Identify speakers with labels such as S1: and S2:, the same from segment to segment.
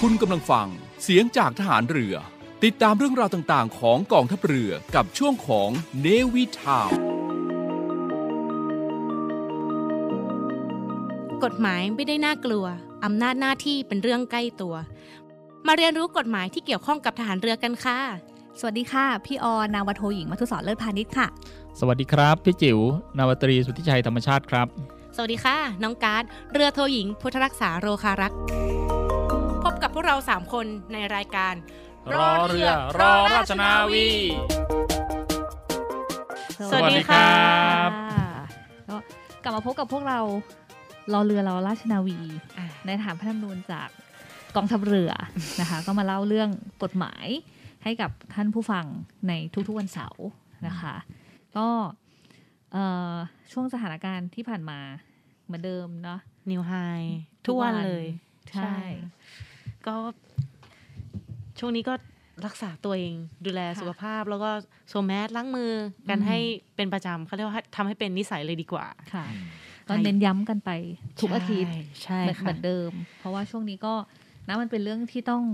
S1: คุณกำลังฟัง เสียงจากทหารเรือ ติดตามเรื่องราวต่างๆ ของกองทัพเรือกับช่วงของเนวิทาว
S2: กฎหมายไม่ได้น่ากลัว อำนาจหน้าที่เป็นเรื่องใกล้ตัว มาเรียนรู้กฎหมายที่เกี่ยวข้องกับทหารเรือกันค่ะ
S3: สวัสดีค่ะ พี่ออนาวาโทหญิงมัทุสรเลิศพาณิชย์ค่ะ
S4: สวัสดีครับ พี่จิว๋ว นาวาตรีสุทธิชัยธรรมชาติครับ
S2: สวัสดีค่ะ น้องการ์ดเรือโทหญิง พุทธรักษาโรคารักษ์พบกับพวกเรา 3 คนในรายการสวัสดีค่ะ
S3: ก็กลับมาพบกับพวกเรารอเรือรอราชนาวี
S2: อ่ะ
S3: ในฐานพระธรรมนูญจากกองทัพเรือนะคะ ก็มาเล่าเรื่องกฎหมายให้กับท่านผู้ฟังในทุกๆวันเสาร์นะคะ ก็เอ่อช่วงสถานการณ์ที่ผ่านมาเหมือนเดิมเนาะ
S5: นิวไฮทุกวันเลย
S3: ใช่
S5: ใช่ ก็ช่วงนี้ก็รักษาตัวเองดูแลสุขภาพ แล้วก็สวมแมสล้างมือกันให้เป็นประจำเขาเรียกว่าทำให้เป็นนิสัยเลยดีกว่า
S3: ค่ะ ก็เน้นย้ำกันไปทุกอาทิตย์
S5: ใช่
S3: เหมือน
S5: ค่ะ
S3: เหมือนเดิม เพราะว่าช่วงนี้ก็นะมันเป็นเรื่องที่ต้อง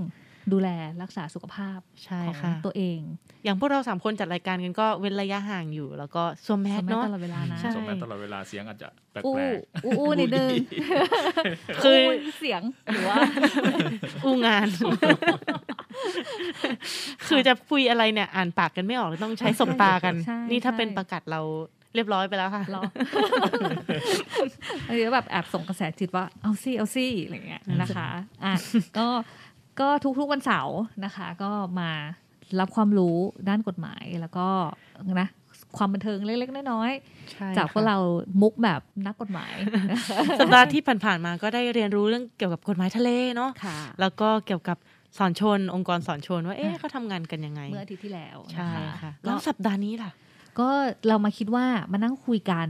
S3: ดูแลรักษาสุขภาพ
S5: ใช่
S3: ของ
S5: ค่ะ
S3: ตัวเอง
S5: อย่างพวกเราสามคนจัดรายการกันก็เว้นระยะห่างอยู่ แล้วก็สวมแมส
S3: สมัย
S5: เนาะ
S3: ตลอดเวลานะ
S5: ใช่
S4: จบไปตลอดเวลาเสียงอาจจะแปลก
S3: อู้อู้อู้
S4: ๆ
S3: นิดนึง
S5: คือ
S3: อู้เสียงหรือว่า
S5: อู้งาน คือจะคุยอะไรเนี่ย อ่านปากกันไม่ออกเลยต้องใช้สบตากัน
S3: ใช่
S5: นี่ถ้า
S3: ใช่
S5: เป็นประกาศเราเรียบร้อยไปแล้วค่ะ
S3: ร อหรือแบบแอบส่งกระแสจิตว่าเอาซี่เอาซี่อะไรอย่างเงี้ยนะคะอ่ะก็ก็ทุกๆวันเสาร์นะคะ ก็มารับความรู้ด้านกฎหมายแล้วก็นะความบันเทิงเล็กๆน้อยๆ
S5: ใช่
S3: จากพวก
S5: ค่ะ
S3: เรามุกแบบนักกฎหมาย
S5: สัปดาห์ที่ผ่านๆมาก็ได้เรียนรู้เรื่องเกี่ยวกับกฎหมายทะเลเนาะ
S3: ค่ะ
S5: แล้วก็เกี่ยวกับสอนชน องค์กรสอนชนว่า เอ๊ะ
S3: อ่ะ
S5: เขาทำงานกันยังไง
S3: เมื่ออาทิตย์ที่แล้ว
S5: ใช่
S3: น
S5: ค่ะ
S3: ก็
S5: แล้วสัปดาห์นี้ล่ะ
S3: ก็เรามาคิดว่ามานั่งคุยกัน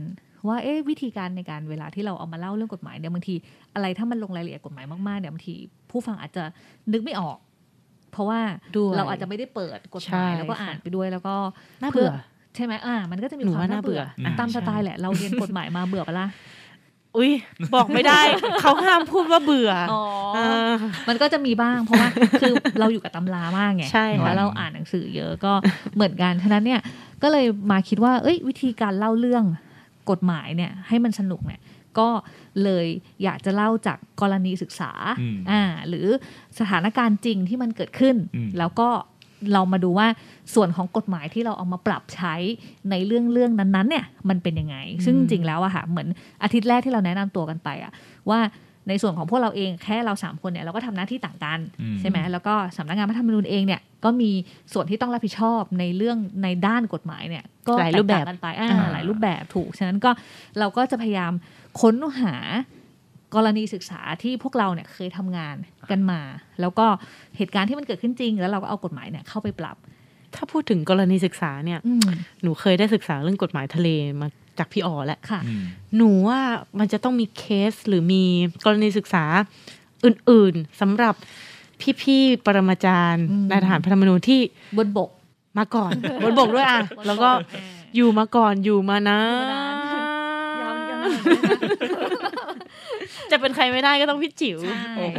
S3: ว่าเอ๊ะวิธีการในการเวลาที่เราเอามาเล่าเรื่องกฎหมายเนี่ยบางที อะไรถ้ามันลงรายละเอียดกฎหมายมากๆเนี่ยบางทีผู้ฟังอาจจะนึกไม่ออก เพราะว่า
S5: ด้วย
S3: เราอาจจะไม่ได้เปิดกฎหมาย
S5: ใช่
S3: แล้วก็อ่าน
S5: ค่ะ
S3: ไปด้วยแล้วก็
S5: น่าเบื่อ
S3: เพื่ ใช่ไหมอ่า มันก็จะมี
S5: หนู
S3: ความ
S5: ว่า
S3: น่า
S5: น่าเบื่
S3: เบื่อ
S5: ออ่ะ
S3: ตาม
S5: ใช่
S3: สไตล์แหละเราเรียนกฎหมายมาเบื่อปะล่ะ
S5: อุ้ยบอกไม่ได้ เขาห้ามพูดว่าเบื่ออ
S3: อ๋อ
S5: เออ
S3: มันก็จะมีบ้างเพราะว่า คือเราอยู่กับตำรามากไง
S5: ใช่ค่ะ
S3: เพราะเราอ่านหนังสือเยอะก็เหมือนกันฉะนั้นเนี่ยก็เลยมาคิดว่า เอ้ย วิธีการเล่าเรื่องกฎหมายเนี่ย ให้มันสนุกเนี่ยก็เลยอยากจะเล่าจากกรณีศึกษา
S4: อืม
S3: อ่าหรือสถานการณ์จริงที่มันเกิดขึ้น
S4: อืม
S3: แล้วก็เรามาดูว่าส่วนของกฎหมายที่เราเอามาปรับใช้ในเรื่องเรื่องนั้นๆเนี่ยมันเป็นยังไง ซึ่งจริงๆแล้วอะค่ะเหมือนอาทิตย์แรกที่เราแนะนำตัวกันไปอะว่าในส่วนของพวกเราเองแค่เราสามคนเนี่ยเราก็ทำหน้าที่ต่างกัน
S4: อื
S3: ใช่ไหมแล้วก็สำนักงานพระธรรมนูญเองเนี่ยก็มีส่วนที่ต้องรับผิดชอบในเรื่องในด้านกฎหมายเนี่ยก็
S5: หลายรูปแบบ
S3: แตกต่งกันไปอ่า
S4: อ่า
S3: หลายรูปแบบถูก ฉะนั้นก็เราก็จะพยายามค้นหากรณีศึกษาที่พวกเราเนี่ยเคยทำงานกันมา แล้วก็เหตุการณ์ที่มันเกิดขึ้นจริง แล้วเราก็เอากฎหมายเนี่ยเข้าไปปรับ
S5: ถ้าพูดถึงกรณีศึกษาเนี่ย
S3: อืม
S5: หนูเคยได้ศึกษาเรื่องกฎหมายทะเลมาจากพี่อ๋อแหละ
S3: ค่ะ
S4: อืม
S5: หนูว่ามันจะต้องมีเคสหรือมีกรณีศึกษาอื่นๆสำหรับพี่ๆปรมาจารย์
S3: อืม
S5: นายทหารพระธรรมนูญที่
S3: บนบก
S5: มาก่อน บนบกด้วยอ่ะ แล้วก็ อยู่มาก่อนอยู่มานะ
S3: อยู่มานาน ยาวยาว
S5: จะเป็นใครไม่ได้ก็ต้องพี่จิ๋ว
S4: โอ้โห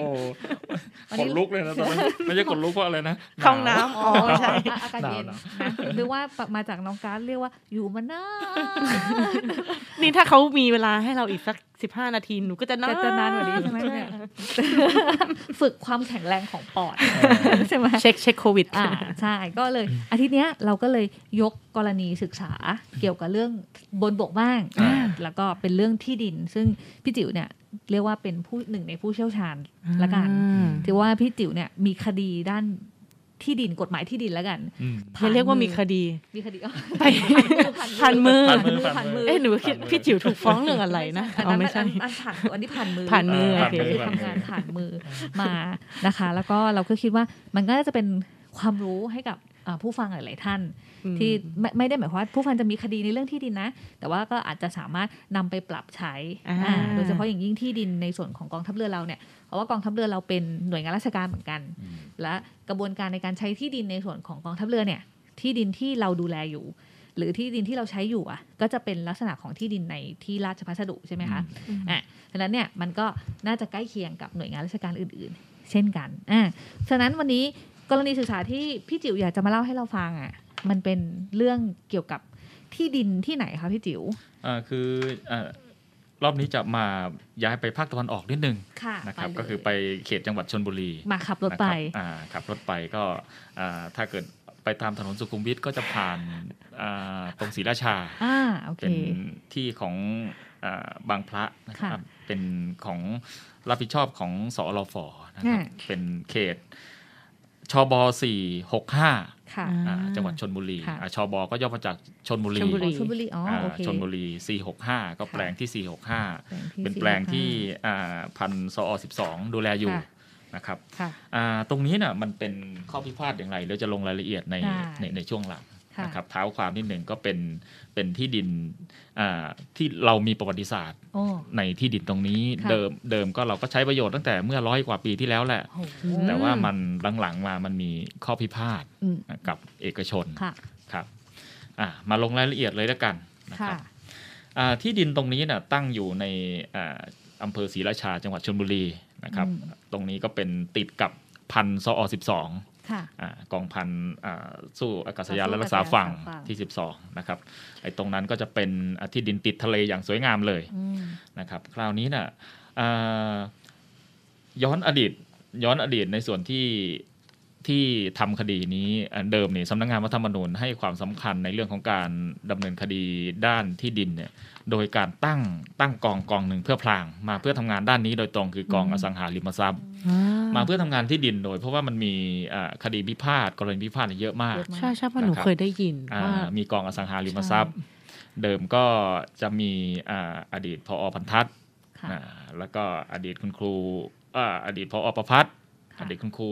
S3: วัน
S4: ข
S3: นี้
S4: นลุกเลยนะตอน นั้นไม่ใช่ขนลุกเพราะอะไรนะหว
S5: เข้าห้องน้ำอ๋อใช่
S3: อากาศเย็น
S4: หนาว
S3: นะหรือว่ามาจากน้องการดเรียกว่าอยู่มานาน
S5: นี่ถ้าเขามีเวลาให้เราอีกสักสิบห้านาที หนูก็จะนาน
S3: จะจะนานกว่านี้ใช่ไหมเนี่ยฝึกความแข็งแรงของปอดใช่ไหม
S5: เช็คเช็คโควิด
S3: อ่าใช่ก็เลยอาทิตย์เนี้ยเราก็เลยยกกรณีศึกษาเกี่ยวกับเรื่องบนบกบ้าง
S4: อ่า
S3: แล้วก็เป็นเรื่องที่ดิน ซึ่งพี่จิ๋วเนี่ยเรียกว่าเป็นผู้หนึ่งในผู้เชี่ยวชาญละกันถือว่าพี่จิ๋วเนี่ยมีคดีด้านที่ดินกฎหมายที่ดินละกัน
S4: อืม
S5: อย่าเรียกว่ามีคดี
S3: มีค ดี
S5: ไป
S3: พั
S5: พั
S3: น
S5: น
S3: มือ
S5: มือ
S4: ผ่านมือ
S3: ผ่านมือ
S5: เอ๊ะหนูคิดพี่จิ๋วถูกฟ้องเรื่องอะไรนะอ๋อไม่ใช่
S3: อันนั้นอันผ่านอันนี้ผ่านมือ
S5: ผ่านมือ
S4: ผ่าน
S5: โอ
S4: มื
S5: เค
S3: คือทำงานผ่านมือมานะคะ แล้วก็เราก็คิดว่ามันก็น่าจะเป็นความรู้ให้กับอ่าผู้ฟังหลาย ๆ ท่าน ที่ไม่ไม่ได้หมายความว่าผู้ฟังจะมีคดีในเรื่องที่ดินนะ แต่ว่าก็อาจจะสามารถนำไปปรับใช้
S5: อ่า
S3: อ่าโดยเฉพาะอย่างยิ่งที่ดินในส่วนของกองทัพเรือเราเนี่ยเพราะว่ากองทัพเรือเราเป็นหน่วยงานราชการเหมือนกัน
S4: อืม
S3: และกระบวนการในการใช้ที่ดินในส่วนของกองทัพเรือเนี่ยที่ดินที่เราดูแลอยู่ หรือที่ดินที่เราใช้อยู่อ่ะก็จะเป็นลักษณะของที่ดินในที่ราชพัสดุใช่ไหมคะ
S5: อืม
S3: อ่ะฉะนั้นเนี่ยมันก็น่าจะใกล้เคียงกับหน่วยงานราชการอื่น ๆ เช่นกันอ่าฉะนั้นวันนี้กรณีศึกษาที่พี่จิ๋วอยากจะมาเล่าให้เราฟังอ่ะ มันเป็นเรื่องเกี่ยวกับที่ดินที่ไหนคะพี่จิ๋ว
S6: อ่าคืออารอบนี้จะมาย้ายไปภาคตะวันออกนิดนึง
S3: ค่ะ
S6: นะครับก็คือไปเขตจังหวัดชนบุรี
S3: มาขับรถ
S6: นะค
S3: ไป
S6: รับอ่าขับรถไปก็อ่าถ้าเกิดไปตามถนนสุขุมวิทก็จะผ่านอ่าตรงศรีราชา
S3: อ่าโอเค
S6: เป็นที่ของอ่าบางพระนะครับ เป็นของรับผิดชอบของสอรฟนะครับ
S3: ค่ะ
S6: เป็นเขตชบสี่หกห้า
S3: ค่ะ
S6: จังหวัดชนบุรี
S3: ค่ะ
S6: อ่าชบก็ย่อมาจากชนบุรี
S5: ชลบุ
S3: อ๋อชลบุรีอ๋อ
S6: อ่า
S3: โอเค
S6: ชนบุรี465 ก็แปลงที่ 465 เป็นแปลงที่
S3: สี่หกห้า
S6: อ่าพันสอ12 ดูแลอยู่
S3: ค่ะ
S6: นะครับ
S3: ค่ะ
S6: อ่าตรงนี้น่ะมันเป็นข้อพิพาทอย่างไรเดี๋ยวจะลงรายละเอียดใน
S3: ได้
S6: ในในช่วงหลัง
S3: ค่ะ
S6: นะครับเท้าความนิดหนึ่งก็เป็นเป็นที่ดินอ่าที่เรามีประวัติศาสตร์
S3: โอ้
S6: ในที่ดินตรงนี้
S3: ค่ะ
S6: เดิมเดิมก็เราก็ใช้ประโยชน์ตั้งแต่เมื่อร้อยกว่าปีที่แล้วแหละ
S3: โห
S6: แต่ว่ามันหลังๆมามันมีข้อพิพาท
S3: อืม
S6: กับเอกชน
S3: ค่ะ
S6: ครับอ่ะมาลงรายละเอียดเลยแล้วกันนะค
S3: ค่ะ
S6: รับอ่าที่ดินตรงนี้น่ะตั้งอยู่ในอ่าอำเภอศรีราชาจังหวัดชลบุรีนะครับ
S3: อืม
S6: ตรงนี้ก็เป็นติดกับพันสอสิบสอง
S3: ค่ะ
S6: อ่ากองพันอ่าสู้อากาศยาน
S3: สู้
S6: และรักษาฝั่ง
S3: อากาศยานฝั่ง
S6: ที่ 12 นะครับไอ้ตรงนั้นก็จะเป็นอ่าที่ดินติดทะเลอย่างสวยงามเลย
S3: อืม
S6: นะครับคราวนี้น่ะอ่าย้อนอดีตย้อนอดีตในส่วนที่ที่ทำคดีนี้อ่าเดิมเนี่ยสำนักงานวัฒธรรมนูญให้ความสำคัญในเรื่องของการดำเนินคดีด้านที่ดินเนี่ยโดยการตั้งตั้งกองกองหนึ่งเพื่อพลางมาเพื่อทำงานด้านนี้โดยตรงคือกอง
S3: อืม
S6: อสังหาริมทรัพย์ มาเพื่อทำงานที่ดินโดย เพราะว่ามันมีอ่าคดีพิพาทกรณีพิพาทเนี่ยเยอะมาก
S3: เยอะมาก
S5: ใช่ใช่เพราะหนูเคยได้ยิน
S6: อ่า
S5: ว่า
S6: มีกองอสังหาริมทรัพย์ เดิมก็จะมีอ่าอดีตพอพันทัศน์
S3: ค่ะ
S6: อ่าแล้วก็อดีตคุณครูอ่าอดีตพอประพัฒน์
S3: ค่ะ
S6: อดีตคุณครู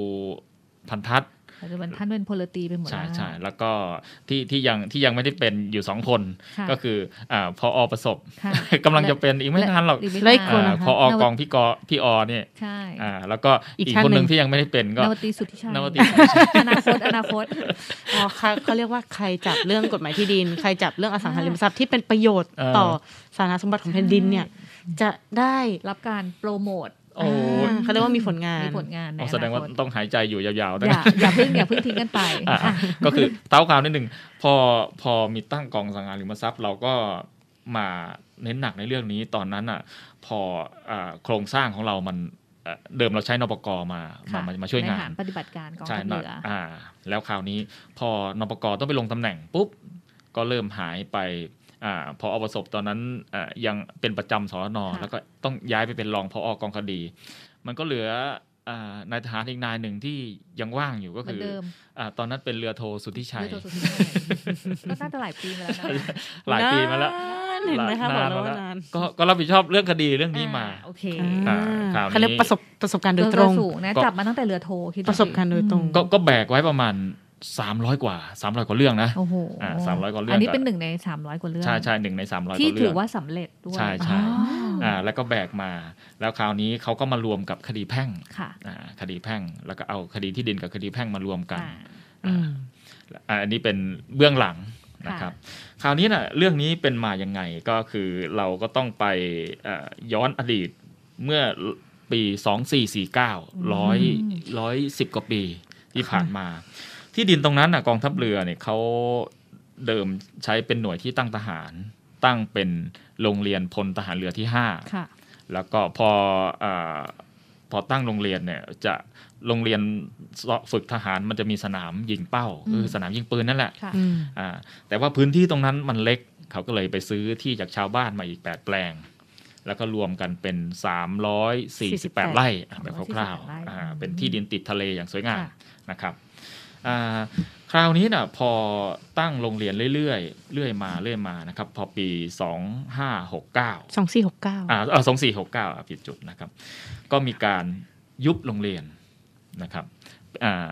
S6: พันทัศน์
S3: ปัจจุบันท่านเป็นพลตรีไปหมด
S6: ใช่
S3: แล้ว
S6: ใช่แล้วก็ที่ที่ยังที่ยังไม่ได้เป็นอยู่สองคน
S3: ค่ะ
S6: ก็คืออ่าพอประสบ
S3: ค่ะ
S6: กำลังจะเป็นอีกไม่นานหรอก
S3: อีไม่
S5: และอีก
S3: นาน
S5: ค
S6: อ่า
S5: เหรคะ
S6: พอกองพี่กอพี่ออเนี่ย
S3: ใช่
S6: อ่าแล้วก็
S5: อีก
S6: อีก
S5: ท่าน
S6: คนหนึ่ง
S5: หนึ่ง
S6: ที่ยังไม่ได้เป็นก็
S3: นวตรีสุทธิชัย
S6: นวตรี
S3: อนาคตอนาคต
S5: อ๋อค่ะเขา เรียกว่าใครจับเรื่องกฎหมายที่ดิน ใครจับเรื่องอสังหาริมทรัพย์ที่เป็นประโยชน์ต่อสาธารณสมบัติของแผ่นดินเนี่ย จะได้
S3: รับการโปรโมท
S6: โอ้
S5: อ่าเขาเรียกว่ามีผลงาน
S3: มีผลงานใน
S6: อ๋อแสดงว่า
S3: อ
S6: ต้องหายใจอยู่ยาวๆ
S3: นคต
S6: นะ
S3: อย่าอย่าเพิ่งอย่าเพิ่งทิ้งกันไป
S6: อ่ะ
S3: ค่ะ
S6: ก็คือเต้าความนิดหนึ่งพอพอมีตั้งกองสังหาริมทรัพย์ เราก็มาเน้นหนักในเรื่องนี้ตอนนั้นอ่ะพออ่าโครงสร้างของเรามันเอ่อเดิมเราใช้นปกมามา
S3: ค่ะ
S6: มามาช่วยงา
S3: ใฐ
S6: น
S3: ปฏิบัติการกอง
S6: ใช่
S3: ทัพเรือ
S6: นะอ่า แล้วคราวนี้พอนปกต้องไปลงตำแหน่งปุ๊บก็เริ่มหายไปอ่าพออประสบตอนนั้นอ่ายังเป็นประจำสอนอแล้วก็ต้องย้ายไปเป็นรองพออกองคดี มันก็เหลืออ่านายทหารอีกนายหนึ่งที่ยังว่างอยู่ก็
S3: เหมื
S6: คื
S3: อน
S6: อ
S3: เดิม
S6: อ่าตอนนั้นเป็นเรือโทสุทธิชัย
S3: ยุทธศาสตร์สุดท้ายก็ น่าจะหลายปีมาแล้วนะคะ
S6: หลายปีมาแล้ว
S5: นานเห็นไหมคะบอกแล้วว่านาน
S6: ก็ก็รับผิดชอบเรื่องคดีเรื่องนี้มา
S3: อ่โอเค
S6: อ่าคราวนี้
S5: เขาเรียกประสบประสบการณ์โดยตรง
S3: สูงนะ
S6: ก็
S3: จับมาตั้งแต่เรือโทคิดดู
S5: ประสบการณ์โดยตรง
S6: ก็ก็แบกไว้ประมาณ 300 กว่า 300 กว่าเรื่องนะ
S3: โอ้โห
S6: อ่า300กว่าเรื่อง
S3: อันนี้เป็นหนึ่งในสามร้อยกว่าเรื่อง
S6: ใช่ใช่หนึ่งใน 300กว่า
S3: ที่
S6: เรื่
S3: ถื
S6: อ
S3: อง ว่าสำเร็จด้วย
S6: ใช่ใช่
S3: อ๋อ
S6: อ่าแล้วก็แบกมา แล้วคราวนี้เขาก็มารวมกับคดีแพ่ง
S3: ค่ะ
S6: อ่าคดีแพ่ง แล้วก็เอาคดีที่ดินกับคดีแพ่งมารวมกัน
S3: อ่า
S5: อืม
S6: อ่าอันนี้เป็นเบื้องหลัง
S3: ค่ะ
S6: นะครับ คราวนี้นะเรื่องนี้เป็นมายังไงก็คือเราก็ต้องไปเอ่อย้อนอดีตเมื่อปี 2449ร้อยร้อยสิบกว่าปีที่ผ่านมา ที่ดินตรงนั้นนะกองทัพเรือเนี่ยเขาเดิมใช้เป็นหน่วยที่ตั้งทหาร ตั้งเป็นโรงเรียนพลทหารเรือที่ 5
S3: ค่ะ
S6: แล้วก็พออาพอตั้งโรงเรียนเนี่ยจะโรงเรียนฝึกทหารมันจะมีสนามยิงเป้า
S3: อืม
S6: คือสนามยิงปืนนั่นแหละ
S3: ค่ะ
S5: อืม
S6: อ่าแต่ว่าพื้นที่ตรงนั้นมันเล็กเขาก็เลยไปซื้อที่จากชาวบ้านมาอีก 8 แปลง แล้วก็รวมกันเป็น 348 ไร่อ่ะแบบคร่าว
S3: ไร่
S6: ๆอ่า
S3: อืม
S6: เป็นที่ดินติดทะเลอย่างสวยงาม
S3: ค่ะ
S6: นะครับอ่าคราวนี้นะพอตั้งโรงเรียนเรื่อยๆเรื่อยมาเรื่อยมานะครับพอปี 2569
S5: สองสี่หกเก้า
S6: อ่าสองสี่หกเก้า2469อ่ะผิดจุดนะครับ ก็มีการยุบโรงเรียนนะครับอ่า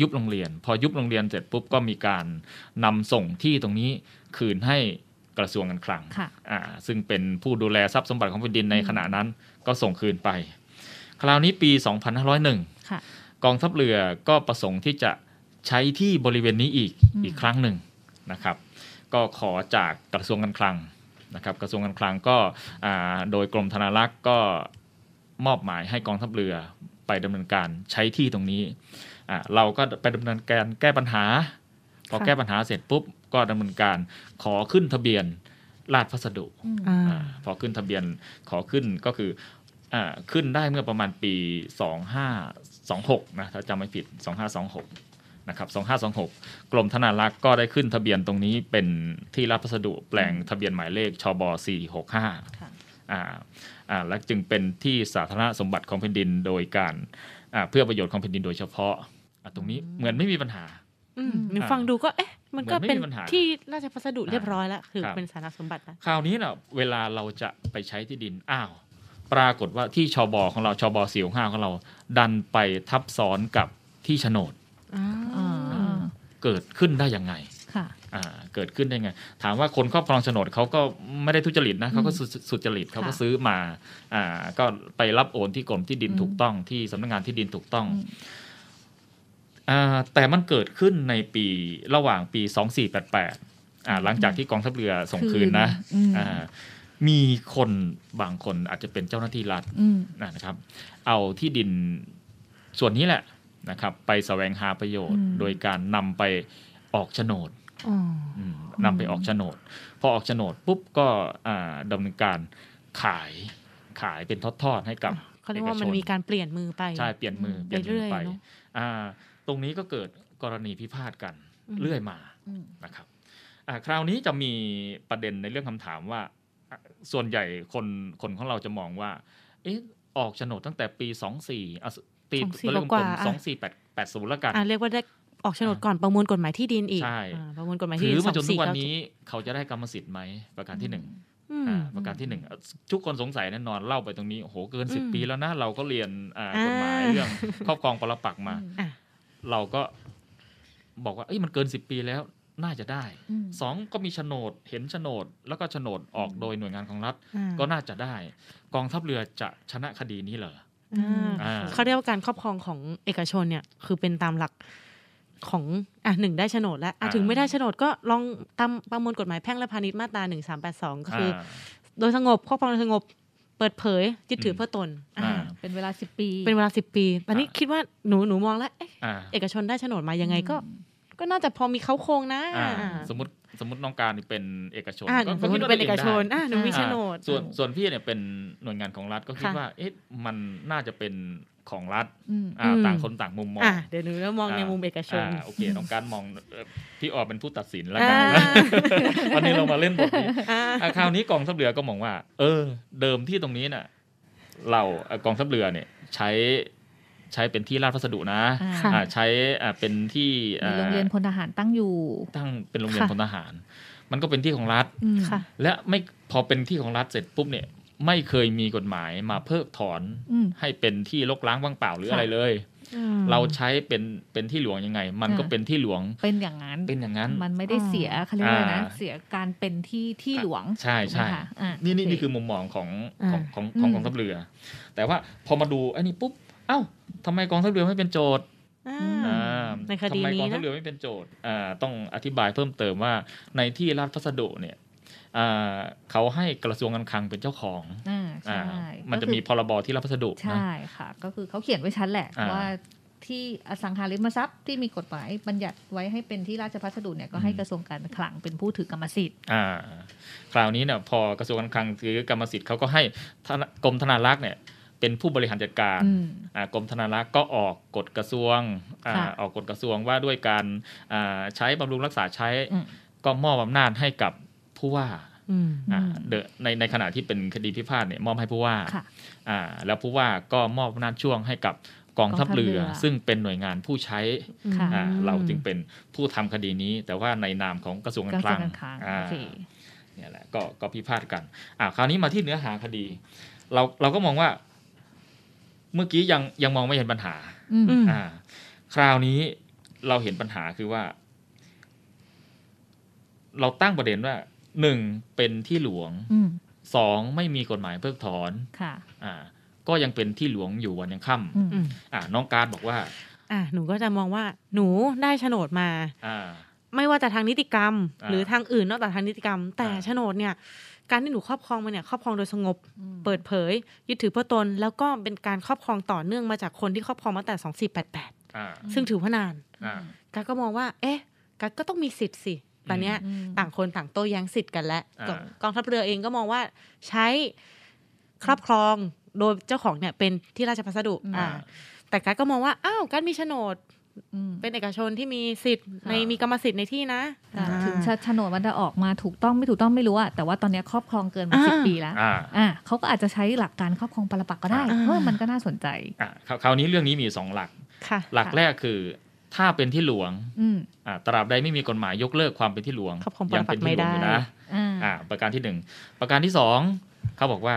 S6: ยุบโรงเรียน พอยุบโรงเรียนเสร็จปุ๊บก็มีการนำส่งที่ตรงนี้คืนให้กระทรวงการคลัง
S3: ค่ะ
S6: อ่าซึ่งเป็นผู้ดูแลทรัพย์สมบัติของแผ่นดินในขณะนั้นก็ส่งคืนไป คราวนี้ปี
S3: ค่ะ
S6: 2501 กองทัพเรือก็ประสงค์ที่จะใช้ที่บริเวณนี้อีก
S3: อืม
S6: อีกครั้งหนึ่งนะครับ ก็ขอจากกระทรวงการคลังนะครับ กระทรวงการคลังก็อ่าโดยกรมธนารักษ์ก็มอบหมายให้กองทัพเรือ ไป ไปดำเนินการใช้ที่ตรงนี้อ่ะเราก็ไปดำเนินการแก้ปัญหา พอ
S5: ค่ะ
S6: แก้ปัญหาเสร็จปุ๊บก็ดำเนินการขอขึ้นทะเบียนราชพัสดุ
S5: อ่า
S6: อาพอขึ้นทะเบียนขอขึ้นก็คืออ่าขึ้นได้เมื่อประมาณปี 2526 นะ ถ้าจำไม่ผิด 2526 นะครับ 2526 กรมธนารักษ์ก็ได้ขึ้นทะเบียนตรงนี้เป็นที่รับพัสดุแปลงทะเบียนหมายเลขชบ
S5: ค่ะ
S6: 465อ่าอ่าและจึงเป็นที่สาธารณสมบัติของแผ่นดินโดยการอ่าเพื่อประโยชน์ของแผ่นดินโดยเฉพาะอ่ะตรงนี้เหมือนไม่มีปัญหา
S5: อืมหนูฟังดูก็เอ๊ะ มันก็
S6: เหมือนไม่
S5: เป็น
S6: มีปัญหา
S5: ที่ราชพัสดุเรียบร้อยแล้วคือ
S6: ครับ
S5: เป็นสาธารณสมบัติแล้ว
S6: คราวนี้เนะเวลาเราจะไปใช้ที่ดินอ้าว ปรากฏว่าที่ชบของเราชบสี่ห้าของเรา ดันไปทับซ้อนกับที่โฉนด
S3: อ่า
S6: เกิดขึ้นได้ยังไง
S3: ค่ะ
S6: อ่าเกิดขึ้นได้ไง ถามว่าคนครอบครองโฉนดเขาก็ไม่ได้ทุจริตนะเขาก็
S3: อืม
S6: สุสุจริตเขาก็
S3: ค่ะ
S6: ซื้อมาอ่าก็ไปรับโอนที่กรมที่ดิน
S3: อืม
S6: ถูกต้องที่สำนักงานที่ดินถูกต้อง
S3: อืม
S6: อ่าแต่มันเกิดขึ้นในปีระหว่างปี 2488อ่าหลังจากที่กองทัพเรือส่งคืนนะ
S3: อืม
S6: อ่ามีคนบางคนอาจจะเป็นเจ้าหน้าที่รัฐ
S3: อืม
S6: นะครับ เอาที่ดินส่วนนี้แหละนะครับ ไปแสวงหาประโยชน์
S3: อืม
S6: โดยการนำไปออกโฉนดอืมนำไปออกโฉนด พอออกโฉนดปุ๊บก็อ่าดำเนินการขายขายเป็นทอดๆให้กับ
S5: เขาเรียกว่ามัน
S6: ช
S5: มีการเปลี่ยนมือไป
S6: ใช่เปลี่ยนมือเปลี่ยนมือ
S5: เรื่อยๆ
S6: ไป
S5: เนอะ
S6: อ่าตรงนี้ก็เกิดกรณีพิพาทกัน
S5: อืม
S6: เรื่อยมา
S3: อืม
S6: นะครับอ่าคราวนี้จะมีประเด็นในเรื่องคำถามว่าอ่ะส่วนใหญ่คนคนของเราจะมองว่า เอ๊ะออกโฉนดตั้งแต่ปี 24อ่ะตี
S5: 24
S6: ตัวเลข
S5: ก
S6: กล
S5: ว่าม ๆอ่ะ
S6: สองสี่แปดแปดศูนย์แล้วกัน
S5: อ่าเรียกว่าได้ออกโฉนดก่อนประมวลกฎหมายที่ดินอีก
S6: ใช่
S5: อ่าประมวลกฎหมายที่
S6: ถื
S5: ดิ
S6: อน มา
S5: สอง
S6: จนทุ
S5: สี่
S6: กวัน
S5: เก้า
S6: นี้เขาจะได้กรรมสิทธิ์ไหมประการที่หนึ่ง
S5: อืม
S6: อ่าประการที่หนึ่งอ่ะทุกคนสงสัยแน่นอนเล่าไปตรงนี้โอ้โหเกินสิบ
S5: อืม
S6: ปีแล้วนะ เราก็เรียนอ่า
S5: อ่าก
S6: ฎหมายเรื่องครอบครองปรปักษ์มา
S5: อ่ะ
S6: เราก็บอกว่าเอ้ยมันเกินสิบปีแล้วน่าจะได้
S3: อืม
S6: สองก็มีโฉนดเห็นโฉนด แล้วก็โฉนดออกโดยหน่วยงานของรัฐ
S5: อ่า
S6: ก็น่าจะได้ กองทัพเรือจะชนะคดีนี้เหรอ
S5: อ่า
S6: อ่า
S5: เขาเรียกว่าการครอบครองของเอกชนเนี่ย คือเป็นตามหลักของอ่ะหนึ่งได้โฉนดแล้วอ่ะ
S6: อ่า
S5: ถึงไม่ได้โฉนดก็ลองตามประมวลกฎหมายแพ่งและพาณิชย์มาตราหนึ่งสามแปดสองก็คืออ
S6: อ่า
S5: โดยสงบครอบครองโดยสงบเปิดเผยยึดถืออ
S6: ม
S5: เพื่อตนอ่า
S6: อ่า
S3: เป็นเวลาสิบปี
S5: เป็นเวลาสิบปีตอนนี้
S6: อ่า
S5: คิดว่าหนูหนูมองแล้วเอ๊ะ
S6: อ่า
S5: เอกชนได้โฉนดมายังไงก็ ก็น่าจะพอมีเขาโครงนะ
S6: อ่า
S5: อ่า
S6: สมมติสมมติน้องการนี่เป็นเอกชน
S5: อ่าหนู
S6: ก็คิดว่า
S5: เป็นเอกชน
S6: ตัวงได้
S5: อ่าหนูมีโฉนด
S6: ส่วนส่วนพี่เนี่ยเป็นหน่วยงานของรัฐก็คิด
S5: ค่ะ
S6: ว่า เอ๊ะมันน่าจะเป็นของรัฐ
S3: อืม
S6: อ่าต่างคนต่างมุมมอง
S5: อ่ะเดี๋ยวหนูจะมองในมุมเอกชน
S6: าโอเคน้องการมองเอ่อพี่ออเป็นผู้ตัดสินแล้ว
S5: อ่
S6: กันา วันนี้เรามาเล่นบทนี้
S5: อ่า
S6: อ่ะคราวนี้กองทัพเรือก็มองว่า เออ เดิมที่ตรงนี้น่ะ เราเอ่อกองทัพเรือเนี่ย ใช้ใช้เป็นที่ราชพัสดุนะ
S3: อ่า
S6: อ่ะใช้อ่ะเป็นที่อ่ะ
S3: มีโรงเรียนพลทหารตั้งอยู่
S6: ตั้งเป็นโรงเรียน
S5: ค่ะ
S6: พลทหาร มันก็เป็นที่ของรัฐ
S3: อืม
S5: ค่ะ
S6: และไม่พอเป็นที่ของรัฐเสร็จปุ๊บเนี่ย ไม่เคยมีกฎหมายมาเพิกถอน
S3: อืม
S6: ให้เป็นที่ลกล้างว่างเปล่าหรือ
S5: ค่ะ
S6: อะไรเลย
S5: อืม
S6: เราใช้เป็นเป็นที่หลวงยังไง มันก็
S3: อ่า
S6: เป็นที่หลวง
S3: เป็นอย่างนั้น
S6: เป็นอย่างนั้น
S3: มันไม่ได้เสียเขาเรียกว่าอะไรนะ เสียการเป็นที่ที่หลวง
S6: ใช่ใช่
S3: ถูกไหมคะอ่ะ
S6: นี่นี่
S3: โอเ
S6: นี่คือมุมมองของ
S5: อ่า
S6: ของของของ
S3: อืม
S6: กองทัพเรือ แต่ว่าพอมาดูไอ้นี่ปุ๊บ เอ้าทำไมกองทัพเรือไม่เป็นโจทย์
S5: อ่า
S3: ม
S6: อ่า
S5: ในคดี
S6: ทำไม
S5: นี้
S6: กอง
S5: นะ
S6: ทัพเรือไม่เป็นโจทย์อ่าต้องอธิบายเพิ่มเติมว่าในที่ราชพัสดุเนี่ยอ่าเขาให้กระทรวงการคลังเป็นเจ้าของ
S3: อ่า
S6: อ่า
S3: ใช่
S6: มันจะมี
S3: ก็คือ
S6: พรบที่ราชพัสดุนะ
S3: ใช่ค่ะ ก็คือเขาเขียนไว้ชัดแหละ
S6: อ่า
S3: ว่าที่อสังหาริมทรัพย์ที่มีกฎหมายบัญญัติไว้ให้เป็นที่ราชพัสดุเนี่ยก็ให้
S6: อืม
S3: กระทรวงการคลังเป็นผู้ถือกรรมสิทธิ์
S6: อ่าคราวนี้เนี่ยพอกระทรวงการคลังถือกรรมสิทธิ์เขาก็ให้ธนกรมธนารักษ์เนี่ยเป็นผู้บริหารจัดการ
S3: อืม
S6: อ่ากรมธนารักษ์ก็ออกกฎกระทรวงอา
S3: ค่ะ
S6: ออกกฎกระทรวงว่าด้วยการอ่าใช้บำรุงรักษาใช้
S3: อืม
S6: ก็มอบอำนาจให้กับผู้ว่า
S5: อืม
S6: อ่า
S3: อืม
S6: เดอะในในขณะที่เป็นคดีพิพาทเนี่ยมอบให้ผู้ว่า
S3: ค่ะ
S6: อ่าแล้วผู้ว่าก็มอบอำนาจช่วงให้กับกองทัพเรื
S3: ก
S6: อ
S3: องทัพเรือ
S6: ซึ่งเป็นหน่วยงานผู้ใช้
S3: ค่ะ
S6: อ่าเราจึงเป็นผู้ทำคดีนี้ แต่ว่าในนามของกระทรวง
S3: ก
S6: การค
S3: ระทรว
S6: ลั
S3: ง
S6: ง
S3: การคลัง
S6: อ่า
S3: โอเค
S6: เนี่ยแหละก็ก็พิพาทกันอ่าคราวนี้มาที่เนื้อหาคดี เราเราก็มองว่า เมื่อกี้ยังยังมองไม่เห็นปัญหา
S3: อืม
S5: อืม
S6: อ่า คราวนี้เราเห็นปัญหาคือว่า เราตั้งประเด็นว่าหนึ่งเป็นที่หลวง
S3: อืม
S6: สองไม่มีกฎหมายเพิกถอน
S3: ค่ะ
S6: อ่า ก็ยังเป็นที่หลวงอยู่วันยังค่
S3: อืม
S5: อืม
S6: ำอ่าน้องการบอกว่า
S5: อ่ะหนูก็จะมองว่าหนูได้โฉนดมา
S6: อ่า
S5: ไม่ว่าจะทางนิติกรรม
S6: อ่า
S5: หรือทางอื่นนอกจากทางนิติกรรม แต่
S6: อ่า
S5: โฉนดเนี่ย การที่หนูครอบครองมันเนี่ยครอบครองโดยสงบ
S3: อืม
S5: เปิดเผย ยึดถือเพื่อตน แล้วก็เป็นการครอบครองต่อเนื่องมาจากคนที่ครอบครองมาตั้งแต่สองสี่แปดแปด
S6: อ่า
S5: ซึ่งถือว่านาน
S6: อ่า
S5: กาก็มองว่า เอ๊ะกาก็ต้องมีสิทธิ์สิตอนเนี้ย
S3: อืม
S5: ต่างคนต่างโต้แย้งสิทธิ์กันแล้ว
S6: อ่าก
S5: องกองทัพเรือเองก็มองว่าใช้ครอบครองโดยเจ้าของเนี่ยเป็นที่ราชพัสดุ
S6: อ่า
S5: อ่าแต่กาก็มองว่า อ้าวการมีโฉนด
S3: อืม
S5: เป็นเอกชนที่มีสิทธิ์ในมีกรรมสิทธิ์ในที่นะ
S3: อ่า
S5: อ่า
S3: ถึงโฉนดมันจะออกมาถูกต้องไม่ถูกต้องไม่รู้อะแต่ว่าตอนเนี้ยครอบครองเกินมาสิบ
S5: อ่า
S3: ปีแล้ว
S6: อ่า
S3: อ่ะเขาก็อาจจะใช้หลักการครอบครองปรปักษ์ก็ได้
S5: อ่า
S3: เออมันก็น่าสนใจ
S6: อ่ะคราวคราวนี้เรื่องนี้มีสองหลัก
S5: ค่ะ
S6: หลักแรกคือถ้าเป็นที่หลวง
S3: อืม
S6: อ่ะตราบใดไม่มีกฎหมายยกเลิกความเป็นที่หลวง
S5: ครอบครองปรปักษ์
S6: ยัเป็นที่หลวงอยู่
S5: ไม่ได้
S6: นะ
S3: อ่า
S6: อ่ะประการที่หนึ่งประการที่สองเขาบอกว่า